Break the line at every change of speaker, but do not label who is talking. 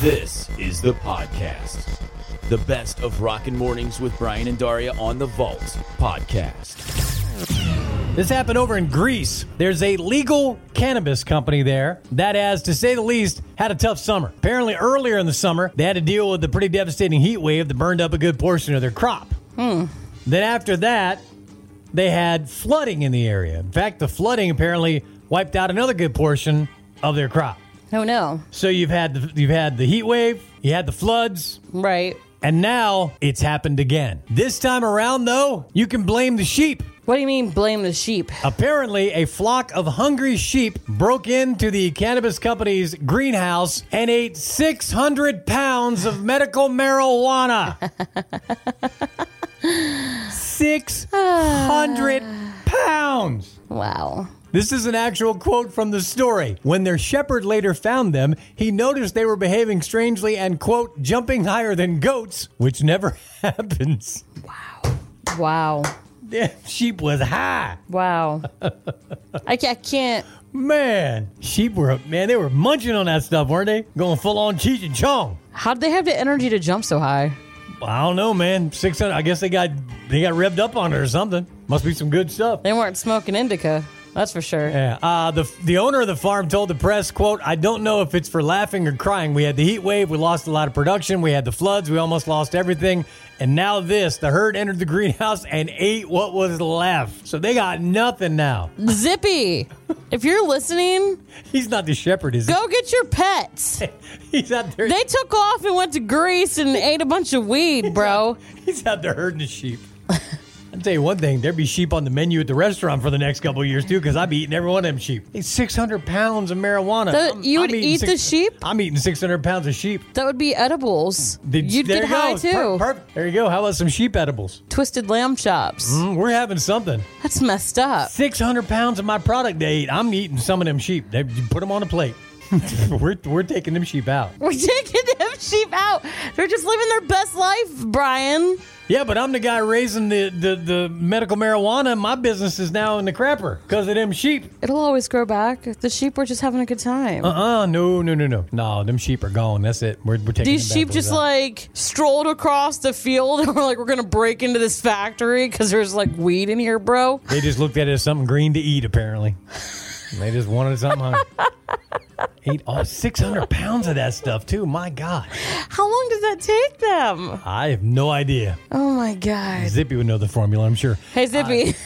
This is the podcast. The best of Rockin' Mornings with Brian and Daria on the Vault podcast.
This happened over in Greece. There's a legal cannabis company there that has, to say the least, had a tough summer. Apparently, earlier in the summer, they had to deal with the pretty devastating heat wave that burned up a good portion of their crop. Then, after that, they had flooding in the area. In fact, the flooding apparently wiped out another good portion of their crop.
Oh no.
So you've had the, you've had the heat wave, you had the floods,
Right.
and now it's happened again. This time around, though, you can blame the sheep.
What do you mean blame the sheep?
Apparently, a flock of hungry sheep broke into the cannabis company's greenhouse and ate 600 pounds of medical marijuana. 600 pounds.
Wow.
This is an actual quote from the story. When their shepherd later found them, he noticed they were behaving strangely and, quote, jumping higher than goats, which never happens.
Wow.
Damn, sheep was high.
Wow. I ca- I can't.
Man, sheep were man, they were munching on that stuff, weren't they? Going full on Cheech and Chong.
How'd they have the energy to jump so high?
I don't know, man. Six hundred. I guess they got they got revved up on it or something. Must be some good stuff.
They weren't smoking indica. That's for sure.
Yeah. Uh, the the owner of the farm told the press, "quote I don't know if it's for laughing or crying. We had the heat wave. We lost a lot of production. We had the floods. We almost lost everything. And now this. The herd entered the greenhouse and ate what was left. So they got nothing now.
Zippy, if you're listening,
He's not the shepherd, is he?
go get your pets.
He's out there.
They took off and went to Greece and ate a bunch of weed, bro.
He's out there herding the sheep. I'll tell you one thing, there'd be sheep on the menu at the restaurant for the next couple of years, too, because I'd be eating every one of them sheep. It's 600 pounds of marijuana.
So you would
eating
eat the sheep?
I'm eating 600 pounds of sheep.
That would be edibles.
Did-
You'd
there
get
you go.
high
It's
too.
per- perfect. There you go. How about some sheep edibles?
Twisted lamb chops.
Mm, we're having something.
That's messed up.
600 pounds of my product they eat. I'm eating some of them sheep. They you put them on a plate. we're, we're taking them sheep out.
We're taking them sheep out. They're just living their best life, Brian.
Yeah, but I'm the guy raising the, the, the medical marijuana. My business is now in the crapper because of them sheep.
It'll always grow back. The sheep were just having a good time.
Uh, no, no, no, no, no. Them sheep are gone. That's it. We're, we're taking
These
them
sheep
back
just
with us.
like strolled across the field and we're like, we're going to break into this factory because there's like weed in here, bro.
they just looked at it as something green to eat. Apparently, they just wanted something. hungry. Ate all 600 pounds of that stuff too. My God,
How long does that take them?
I have no idea.
Oh my God.
Zippy would know the formula, I'm sure.
Hey, Zippy.